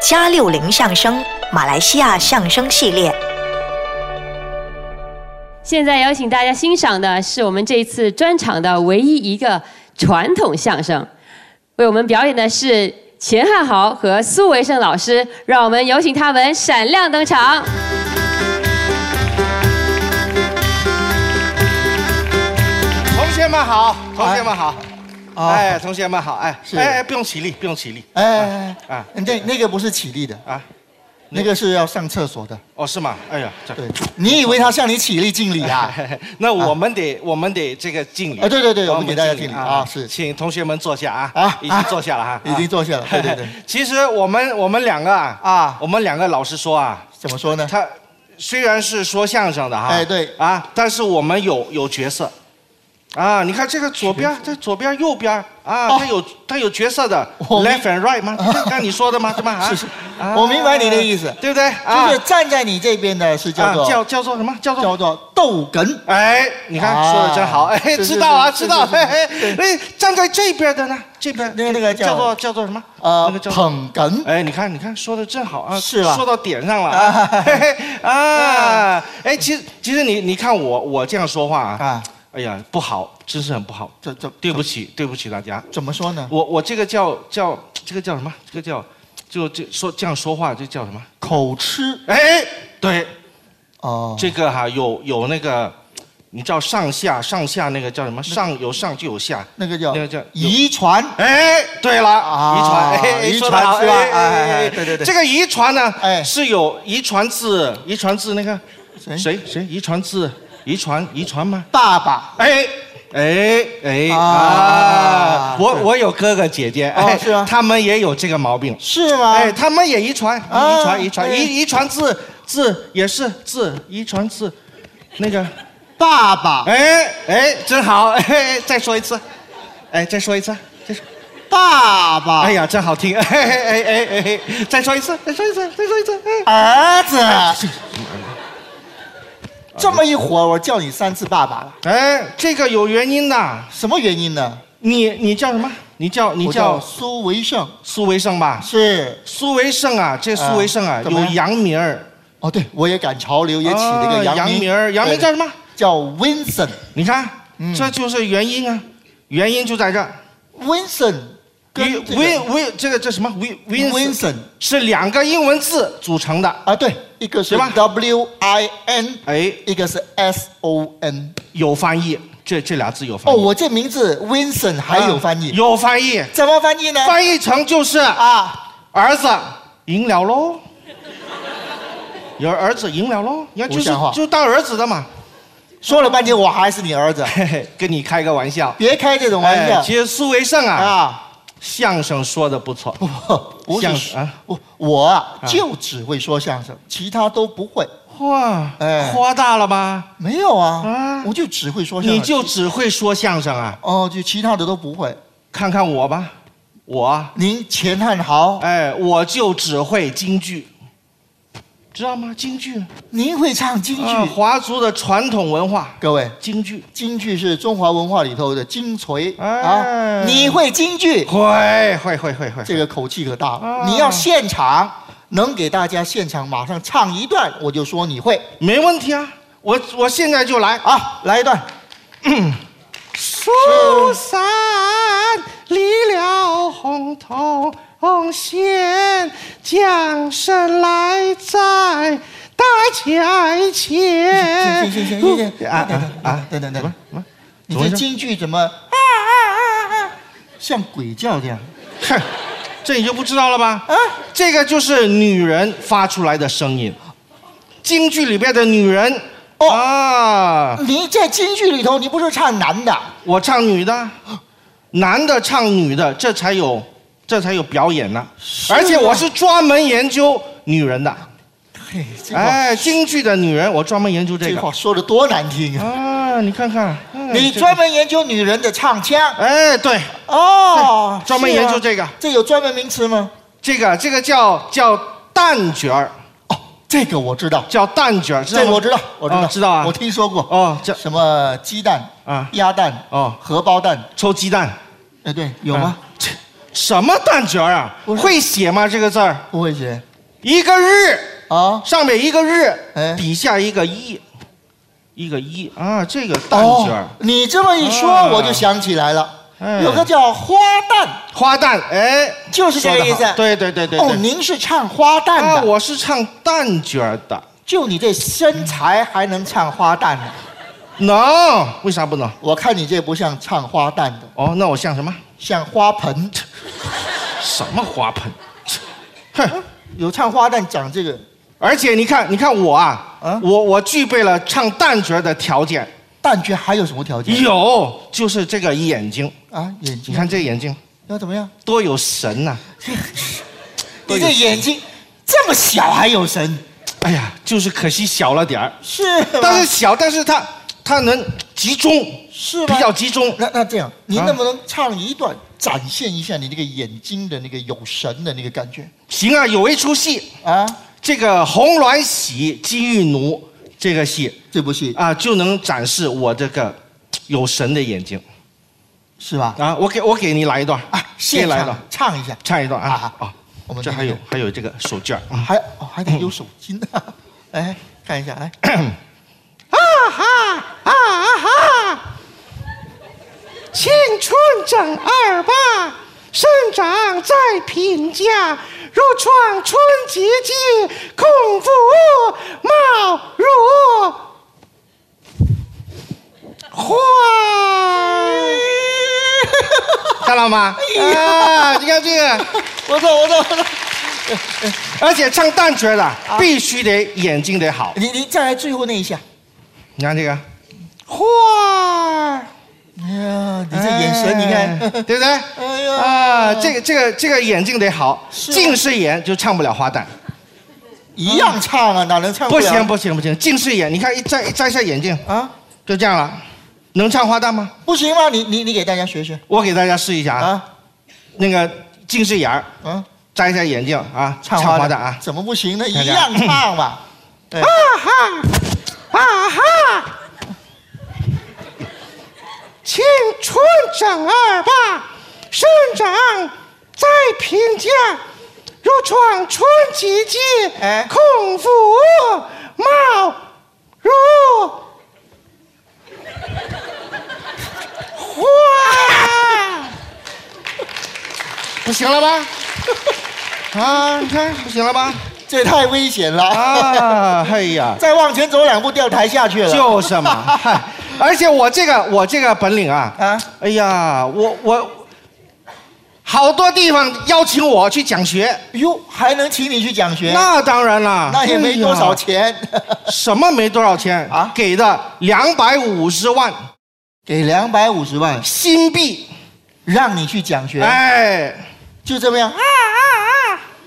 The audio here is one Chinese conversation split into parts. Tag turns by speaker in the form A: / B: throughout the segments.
A: 加六零相声马来西亚相声系列。
B: 现在邀请大家欣赏的是我们这一次专场的唯一一个传统相声，为我们表演的是钱汉豪和苏维盛老师，让我们有请他们闪亮登场。
C: 同学们好，同学们好，
D: 啊
C: 哎，同学们好，哎，
D: 是
C: 哎，哎不用起立，不用起立，
D: 哎哎
C: 啊
D: 啊，那那个不是起立的
C: 啊
D: 啊，那个是要上厕所的。
C: 哦，是吗？哎呀，这
D: 对，你以为他向你起立敬礼 啊？
C: 那我们得，我们得这个敬礼
D: 啊对对对
C: 帮
D: 我们给大家敬礼啊是
C: 请同学们坐下啊，
D: 啊
C: 已经坐下了哈，
D: 已经坐下了对对对。
C: 其实我们我们两个啊，
D: 啊
C: 我们两个老实说啊，
D: 怎么说呢？
C: 他虽然是说相声的哈，
D: 哎对
C: 啊，但是我们有有角色，啊，你看这个左边，这左边右边啊，
D: 哦
C: 他有他有角色的
D: 我明
C: ，left and right 吗？这刚你说的吗？对吗？啊
D: 是是
C: 啊
D: 我明白你的意思
C: 对不对？啊
D: 就是站在你这边的是叫
C: 啊
D: 做
C: 叫叫做什么？叫做
D: 叫做逗哏，
C: 哎，你看
D: 啊
C: 说的真好，哎
D: 是，是
C: 知道啊，
D: 是
C: 知道，
D: 是是
C: 哎哎，哎，站在这边的呢，这边
D: 那个那个叫
C: 叫做叫做什么？
D: 呃
C: 那个，叫做。
D: 捧哏。
C: 哎，你看，你看，说的正好啊，
D: 是吧
C: 说到点上了
D: 啊嗯
C: 啊，嘿嘿 啊，哎，其实其实你你看我我这样说话啊，
D: 啊，
C: 哎呀，不好，真是很不好，
D: 怎怎
C: 对不起，对不起大家，
D: 怎么说呢？
C: 我我这个叫叫这个叫什么？这个叫就这说这样说话就叫什么？
D: 口吃
C: 哎，对，
D: 哦，
C: 这个哈、有有那个，你知道上下上下那个叫什么？上有上就有下，
D: 那个叫
C: 那个叫
D: 遗传
C: 哎，对了，
D: 啊
C: 遗传，哎，
D: 遗
C: 说得好
D: 传是吧
C: 哎哎哎
D: 哎
C: 哎
D: 对对对
C: 这个遗传呢，
D: 哎
C: 是有遗传自遗传自那个
D: 谁
C: 谁谁遗传自遗传遗传吗？
D: 爸爸
C: 哎。哎哎
D: 啊
C: 啊！我我有哥哥姐姐，哎
D: 哦是啊
C: 他们也有这个毛病，
D: 是吗？
C: 哎，他们也遗传，
D: 啊
C: 遗传遗传
D: 对
C: 遗遗传自自也是自遗传自那个
D: 爸爸
C: 哎哎，真好！哎，再说一次，哎，再说一次，再说，
D: 爸
C: 哎
D: 爸
C: 呀，真好听！哎哎哎哎哎，再说一次，再说一次，再说一次！哎，
D: 儿子。这么一会儿，我叫你三次爸爸了，
C: 哎，这个有原因的。
D: 什么原因呢？
C: 你你叫什么？你叫你
D: 我
C: 叫
D: 苏维盛，
C: 苏维盛吧？
D: 是
C: 苏维盛啊，这苏维盛啊
D: 啊，怎么
C: 有
D: 样
C: 洋名儿，
D: 哦，对，我也赶潮流，也起了一个
C: 啊
D: 洋
C: 洋
D: 名，
C: 名儿，洋名
D: 对
C: 叫什么？
D: 叫 Vincent。
C: 你看
D: 嗯，
C: 这就是原因啊，原因就在这儿。
D: Vincent 跟
C: 与
D: 这个
C: Win Win 这个这什么 Win Win
D: Vincent
C: 是两个英文字组成的。
D: 啊，对，一个是
C: 对吧
D: W I N，
C: 哎，
D: 一个是 S O N。
C: 有翻译，这这俩字有翻
D: 哦，
C: 译。啊
D: 我这名字 Vincent 还有翻译，哎
C: 有翻译，
D: 怎么翻译呢？
C: 翻译成就是
D: 啊，
C: 儿子赢了喽，有儿子赢了喽，你看就
D: 不
C: 是
D: 像话
C: 就当儿子的嘛，
D: 说了半天我还是你儿子，
C: 嘿嘿，跟你开个玩笑。
D: 别开这种玩
C: 哎其
D: 笑
C: 实苏维盛啊，
D: 啊！
C: 相声说的不错，
D: 我我
C: 相
D: 只
C: 声啊
D: 我我啊就只会说相声，其他都不会。
C: 哇，
D: 哎
C: 夸大了吧？
D: 没有啊
C: 啊，
D: 我就只会说相声。
C: 你就只会说相声啊？
D: 哦，就其他的都不会。
C: 看看我吧，我啊，
D: 您钱汉豪，
C: 哎，我就只会京剧，知道吗？京剧，
D: 您会唱京剧？
C: 啊华族的传统文化，
D: 各位，
C: 京剧。
D: 京剧是中华文化里头的精髓、
C: 哎
D: 啊！你会京剧，
C: 会会会会会，
D: 这个口气可大了。
C: 啊
D: 你要现场能给大家现场马上唱一段，我就说你会
C: 没问题啊！我我现在就来。
D: 啊！来一段，
C: 疏散离了红头线，将身来在大桥前
D: 行行行行行行行
C: 哎啊
D: 啊
C: 啊
D: 啊
C: 啊
D: 啊！！等等等等
C: 什么，什么？
D: 你这
C: 怎么回事
D: 京剧怎么啊啊啊啊，像鬼叫这样
C: 哼，这你就不知道了吧？
D: 啊？
C: 这个就是女人发出来的声音，京剧里边的女人。
D: 哦
C: 啊，
D: 你在京剧里头，你不是唱男的？
C: 我唱女的，男的唱女的，这才有这才有表演呢、
D: 啊
C: 而且我是专门研究女人的，
D: 嘿，这话
C: 哎，京剧的女人，我专门研究这
D: 这
C: 个
D: 话。说的多难听啊！
C: 啊，你看看，哎
D: 你
C: 这
D: 专门研究女人的唱腔
C: 哎对，
D: 哦，
C: 专门
D: 是啊
C: 研究这个
D: 这有专门名词吗？
C: 这个这个叫叫旦角儿，
D: 哦，这个我知道，
C: 叫旦角儿，知道
D: 这
C: 吗
D: 个我知道，我知道，
C: 哦知道啊
D: 我听说过。
C: 哦叫
D: 什么鸡蛋
C: 啊
D: 鸭蛋
C: 哦
D: 荷包蛋，
C: 抽鸡蛋，
D: 哎，对，有吗？
C: 啊？这什么蛋卷儿啊？
D: 不是
C: 会写吗？这个字儿，
D: 不会写
C: 一个日，
D: 啊？
C: 上面一个日，
D: 哎
C: 底下一个一，一个一啊，这个蛋卷儿
D: 哦，，你这么一说，
C: 啊
D: 我就想起来了，
C: 哎
D: 有个叫花旦，
C: 花旦，哎，
D: 就是这个
C: 说得
D: 意思
C: 好对对对对
D: 哦，
C: 对。
D: 您是唱花旦
C: 啊，
D: 的，
C: 我是唱蛋卷儿的，
D: 就你这身材还能唱花旦呢？
C: 能？为啥不能？
D: 我看你这不像唱花旦的，
C: 哦，那我像什么？
D: 像花盆。
C: 什么花盆？
D: 嗯
C: 哼！
D: 有唱花旦讲这个
C: 而且你看，你看我啊，
D: 啊
C: 我我具备了唱蛋角的条件，
D: 旦角还有什么条件
C: 有就是这个眼睛，
D: 啊？嗯眼睛
C: 你看这眼睛
D: 要怎么样？
C: 多有神呐、都
D: 你
C: 有
D: 这眼睛这么小还有神，
C: 哎呀，就是可惜小了点儿，
D: 是吗？
C: 但是小，但是它它能集中，
D: 是吗
C: 比较集中。
D: 那那这样，您
C: 啊
D: 能不能唱一段，展现一下你那个眼睛的那个有神的那个感觉
C: 行啊，有一出戏，
D: 啊？
C: 这个《红鸾喜金玉奴》这个戏
D: 这部戏
C: 啊，就能展示我这个有神的眼睛
D: 是吧？
C: 啊。我给我给你来一段
D: 啊，
C: 给
D: 现
C: 你来一段
D: 场，唱一下，
C: 唱一段啊
D: 啊
C: 啊！
D: 我们
C: 这
D: 听
C: 还有
D: 听
C: 还有这个手绢儿啊。
D: 还哦还得有手巾 啊！来看一下，哎来，
C: 啊哈啊哈！青春正二八，生长在品家，如创春吉吉，孔夫貌如花。看到吗？啊，你看这个，
D: 我走，我走，我走。
C: 而且唱旦角的必须得眼睛得好。
D: 你你再来最后那一下。
C: 你看这个，花。
D: 哎呀，你这眼神，你
C: 哎
D: 看，
C: 对不对？
D: 哎呀
C: 啊，这个这个这个眼睛得好，
D: 是
C: 近视眼就唱不了花旦，
D: 一样唱啊，哪能唱
C: 不
D: 了
C: 行不行不行，近视眼，你看一摘一摘下眼镜，
D: 啊？
C: 就这样了，能唱花旦吗？
D: 不行吗？你你你给大家学学
C: 我给大家试一下啊，
D: 啊
C: 那个近视眼儿
D: 啊！
C: 摘下眼镜啊，唱
D: 花
C: 花旦啊，
D: 怎么不行呢？
C: 看
D: 一
C: 看
D: 样唱 嘛。哎对
C: 啊哈！青春正二八，生长在平价，如闯春吉吉，
D: 哎
C: 孔府貌如花。不行了吧？啊，你看不行了吧？
D: 这也太危险了！
C: 啊，哎呀！
D: 再往前走两步，掉台下 去了。
C: 就是嘛，嗨，而且我这个我这个本领啊，
D: 啊
C: 哎呀，我我好多地方邀请我去讲学，
D: 哟，还能请你去讲学？
C: 那当然啦，
D: 那也没多少
C: 哎呀，
D: 钱，
C: 什么没多少钱
D: 啊
C: 给的两百五十万
D: 给两百五十万
C: 新币，
D: 让你去讲学，
C: 哎
D: 就这么样，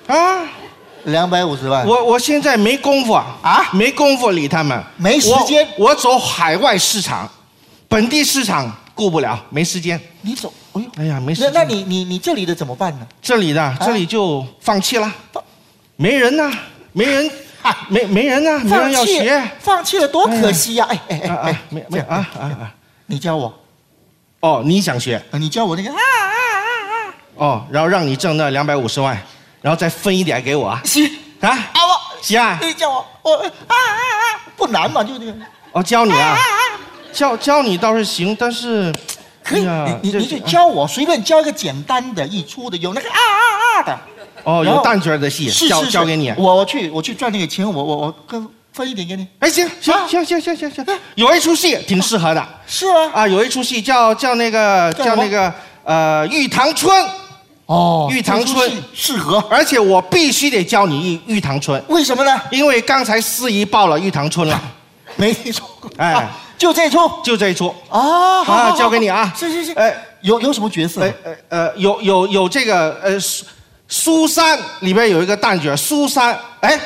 C: 啊，
D: 两百五十万。
C: 我我现在没功夫啊，
D: 啊
C: 没功夫理他们，
D: 没时间
C: 我，我走海外市场，本地市场顾不了，没时间。
D: 你走，哎呦，
C: 哎呀，没时
D: 那
C: 间。
D: 那你你你这里的怎么办呢？
C: 这里
D: 啊
C: 的这里就放弃了
D: 放，
C: 没人呐，没人
D: 啊，
C: 没没人呐，没人
D: 放
C: 要
D: 弃
C: 学，啊，
D: 放弃了多可惜呀！哎哎哎
C: 啊
D: 哎，，
C: 没
D: 这
C: 没
D: 样
C: 啊啊啊！
D: 你教我，
C: 哦，你想学
D: 你教我那个啊，
C: 哦，然后让你挣那两百五十万，然后再分一点给我啊
D: 行
C: 啊，
D: 啊我，
C: 行啊，
D: 你教我，我啊啊啊，不难嘛，就那个
C: 哦，教你啊，教教你倒是行，但是
D: 可以
C: 哎呀，
D: 你你
C: 这
D: 你就教我，随便教一个简单的、易出的，有那个啊啊啊的。
C: 哦，
D: 然
C: 有
D: 后
C: 蛋卷的戏
D: 是
C: 教
D: 是是
C: 教给你，
D: 我我去我去赚那个钱，我我我跟分一点给你，
C: 哎，行行
D: 啊
C: 行行行行行，有一出戏挺适合的
D: 是吗？
C: 啊，有一出戏叫叫那个
D: 叫
C: 叫
D: 什么
C: 那个呃《玉堂春》。
D: 哦
C: 玉堂春
D: 这出戏适合，
C: 而且我必须得教你玉玉堂春，
D: 为什么呢？
C: 因为刚才司仪报了玉堂春 了，
D: 没听说过，
C: 哎
D: 啊就这出
C: 就这一出。
D: 啊，好好
C: 啊，
D: 好
C: 交给你啊！
D: 是是是，
C: 哎
D: 有有什么角色
C: 哎
D: 吗？
C: 呃呃，有有有这个呃苏苏三里边有一个旦角，苏三。哎，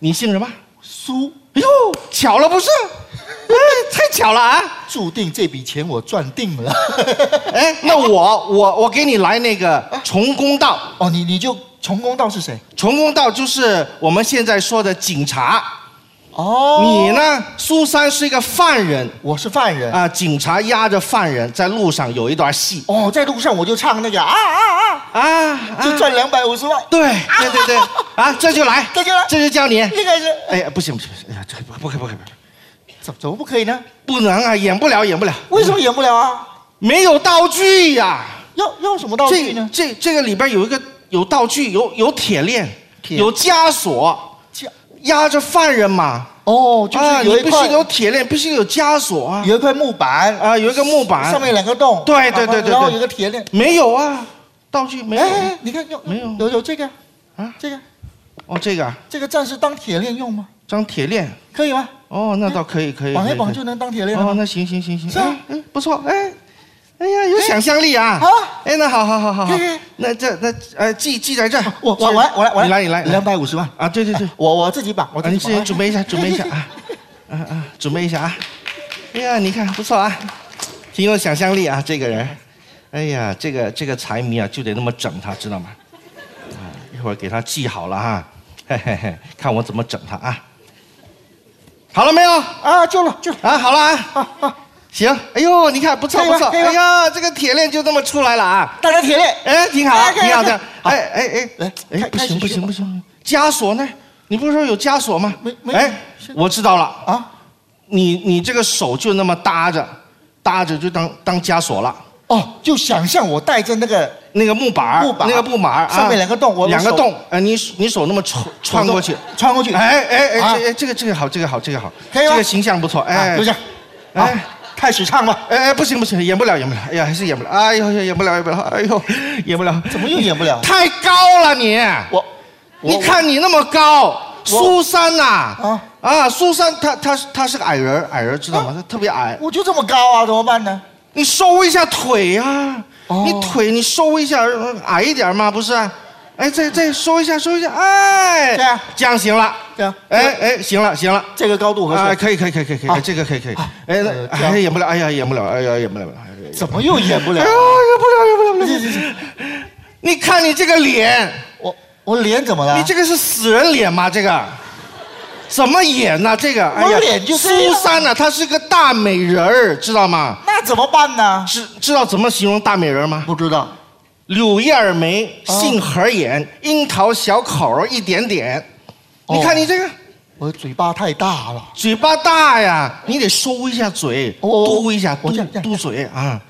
C: 你姓什么？
D: 苏，
C: 哎呦，巧了不是？哎，太巧 了啊！
D: 注定这笔钱我赚定 了。
C: 哎，那我我我给你来那个重公道，
D: 哦，你你就从公道是谁？
C: 重公道就是我们现在说的警察，
D: 哦，
C: 你呢，苏三是一个犯人
D: 我是犯人。
C: 啊，警察押着犯人在路上有一段戏
D: 哦，在路上我就唱那个啊啊啊，
C: 啊啊，
D: 就赚两百五十万，
C: 对对对对啊，这就来，
D: 这就来
C: 这就叫你。
D: 这个是
C: 哎呀，不行不行，不行哎呀，这个不不可以不可以不可以，
D: 怎怎么不可以呢？
C: 不能啊，演不了演不了，
D: 为什么演不了啊？
C: 没有道具呀、
D: 要要什么道具
C: 这
D: 呢？
C: 这这个里边有一个有道具，有有铁链，
D: 铁
C: 有枷锁，
D: 这
C: 压着犯人嘛。
D: 哦，就
C: 啊，
D: 是
C: 你
D: 有一
C: 必须
D: 块
C: 有铁链，必须有枷锁啊。
D: 有一块木板，
C: 啊，有一个木板，
D: 上面两个洞，啊
C: 对对对对对
D: 然后有一个铁链。
C: 没有啊，道具没有。
D: 哎，你看有
C: 没有
D: 有有这个
C: 啊
D: 这个
C: 哦，这个啊
D: 这个暂时当铁链用吗？
C: 张铁链，
D: 可以吗？
C: 哦，那倒可以可以。
D: 绑
C: 可
D: 一
C: 以
D: 绑
C: 可以
D: 就能当铁链了
C: 哦，
D: 吗？
C: 那行行行行，
D: 是啊
C: 哎哎，不错，哎，哎呀，有想象力啊！
D: 好啊
C: 哎，那好好好好好
D: 嘿嘿，
C: 那这那哎，记记在这儿，
D: 我我我来我来我
C: 你来你来你来
D: 两百五十万，
C: 啊，对对对，
D: 我我自己绑，我
C: 啊，
D: 自
C: 你
D: 己
C: 自己
D: 绑。
C: 准备 一下，准备一下啊，啊啊，准备一下啊，哎呀，你看不错啊，挺有想象力啊，这个人，哎呀，这个这个财迷啊，就得那么整他，知道吗？啊，一会儿给他记好了哈，嘿嘿嘿，看我怎么整他啊。好了没有？
D: 啊，就了就了
C: 啊，好了啊，
D: 啊啊！
C: 行，哎呦，你看不错
D: 可以
C: 不
D: 吧
C: 错，
D: 可以吧
C: 哎呀，这个铁链就这么出来了啊，
D: 大家铁链，
C: 哎，挺好啊，
D: 哎可以
C: 挺
D: 可
C: 好
D: 以
C: 的，
D: 好
C: 哎哎哎，
D: 来
C: 哎，
D: 开
C: 不
D: 开
C: 行
D: 始
C: 不
D: 学
C: 行
D: 吧
C: 不行，枷锁呢？你不是说有枷锁吗？
D: 没没有
C: 哎，我知道了，
D: 啊
C: 你你这个手就那么搭着，搭着就当当枷锁了。
D: 哦，就想象我带着那个
C: 那个木板儿
D: 木板
C: 那个木板儿啊
D: 上面两个洞我
C: 两个
D: 手
C: 洞，哎，你你手那么穿穿过去，
D: 穿过去，
C: 哎哎哎，
D: 啊
C: 这哎这个这个好，这个好，这个好，
D: 可以吗
C: 这个形象不错，哎，
D: 啊，就这样，
C: 哎
D: 哎，开始唱吧。
C: 哎哎，不行不行，演不了演不了，哎呀，还是演不了，哎呦演不了演不了，哎呦演不了，
D: 怎么又演不了？
C: 太高了你，
D: 我，
C: 你看你那么高，苏珊呐、啊
D: 啊
C: 苏珊她她她是个矮人，矮人知道吗？她特别矮，
D: 我就这么高啊，怎么办呢？
C: 你收一下腿啊，
D: 哦
C: 你腿你收一下，呃矮一点嘛，不是？哎，再再收一下，收一下，哎，
D: 这样
C: 这样行了，
D: 这样
C: 哎哎，行了行了。
D: 这个高度合
C: 啊，
D: 适，
C: 可以可以可以可以，可以
D: 啊
C: 这个可以可以，
D: 啊
C: 哎，那
D: 呃这样
C: 哎演不了，哎呀演不了，哎呀演不了，哎呀演
D: 怎么又演不
C: 不
D: 了
C: 了，哎？呦演不了演不了演不了，你看你这个脸，
D: 我我脸怎么了？
C: 你这个是死人脸吗？这个怎么演呢、这个哎
D: 我脸就这
C: 苏
D: 样
C: 珊呢、她是个大美人儿，知道吗？
D: 那怎么办呢？
C: 知知道怎么形容大美人吗？
D: 不知道。
C: 柳叶眉，
D: 哦
C: 杏核眼，樱桃小口儿一点点。
D: 哦
C: 你看你这个
D: 我的嘴巴太大了，
C: 嘴巴大呀，你得收一下嘴，
D: 哦哦哦
C: 嘟一下，嘟
D: 我这样这样
C: 嘟嘴啊。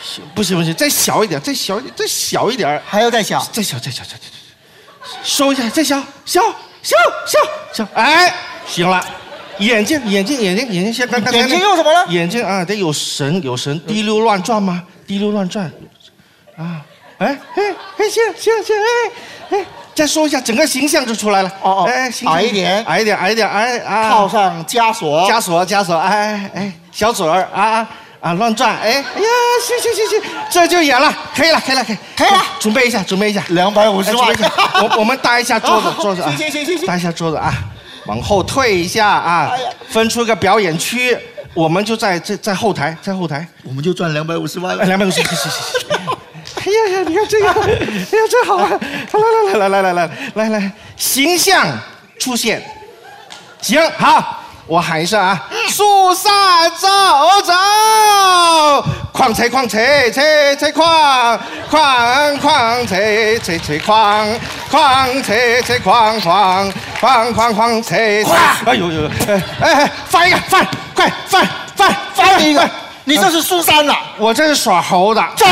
C: 行不行不行，再小一点，再小一点，再小一点儿。
D: 还要再小。
C: 再小，再小，再小，收一下，再小，小，小，小，小，哎，行了，眼睛，眼睛，眼睛，眼睛，先看看
D: 眼睛又怎么了
C: 眼睛啊，得有神，有神，滴溜乱转吗？滴溜乱转，啊，哎，哎，哎，行行行，哎，哎，再收一下，整个形象就出来了。
D: 哦哦
C: 哎，形象
D: 矮一点
C: 矮一点，矮一点，哎啊，
D: 套上枷锁，
C: 枷锁，枷锁，哎哎哎，小嘴儿啊啊啊，乱转，哎哎呀，行行行行，这就演了，可以了，可以了，可以，
D: 可以了
C: 准备一下，准备一下，
D: 两百五
C: 哎
D: 十
C: 准备
D: 万
C: 一下。我我们搭一下桌子
D: 啊，好
C: 桌子啊，
D: 行行行行
C: 搭一下桌子啊，往后退一下啊
D: 哎呀，
C: 分出个表演区，我们就在在在后台，在后台，
D: 我们就赚两百五十万
C: 哎，
D: 了。
C: 两百五十，行行行行。哎呀呀，你看这个，哎呀，这好啊！来来来来来来来来来，形象出现，行好，我喊一声啊，树上走走，狂踩狂踩踩踩狂，狂狂踩踩踩狂，狂踩踩狂狂狂狂狂踩踩，哎呦呦，哎哎，翻一个翻，快翻翻
D: 翻一个，你这是苏珊呐？
C: 我这是耍猴的。
D: 走。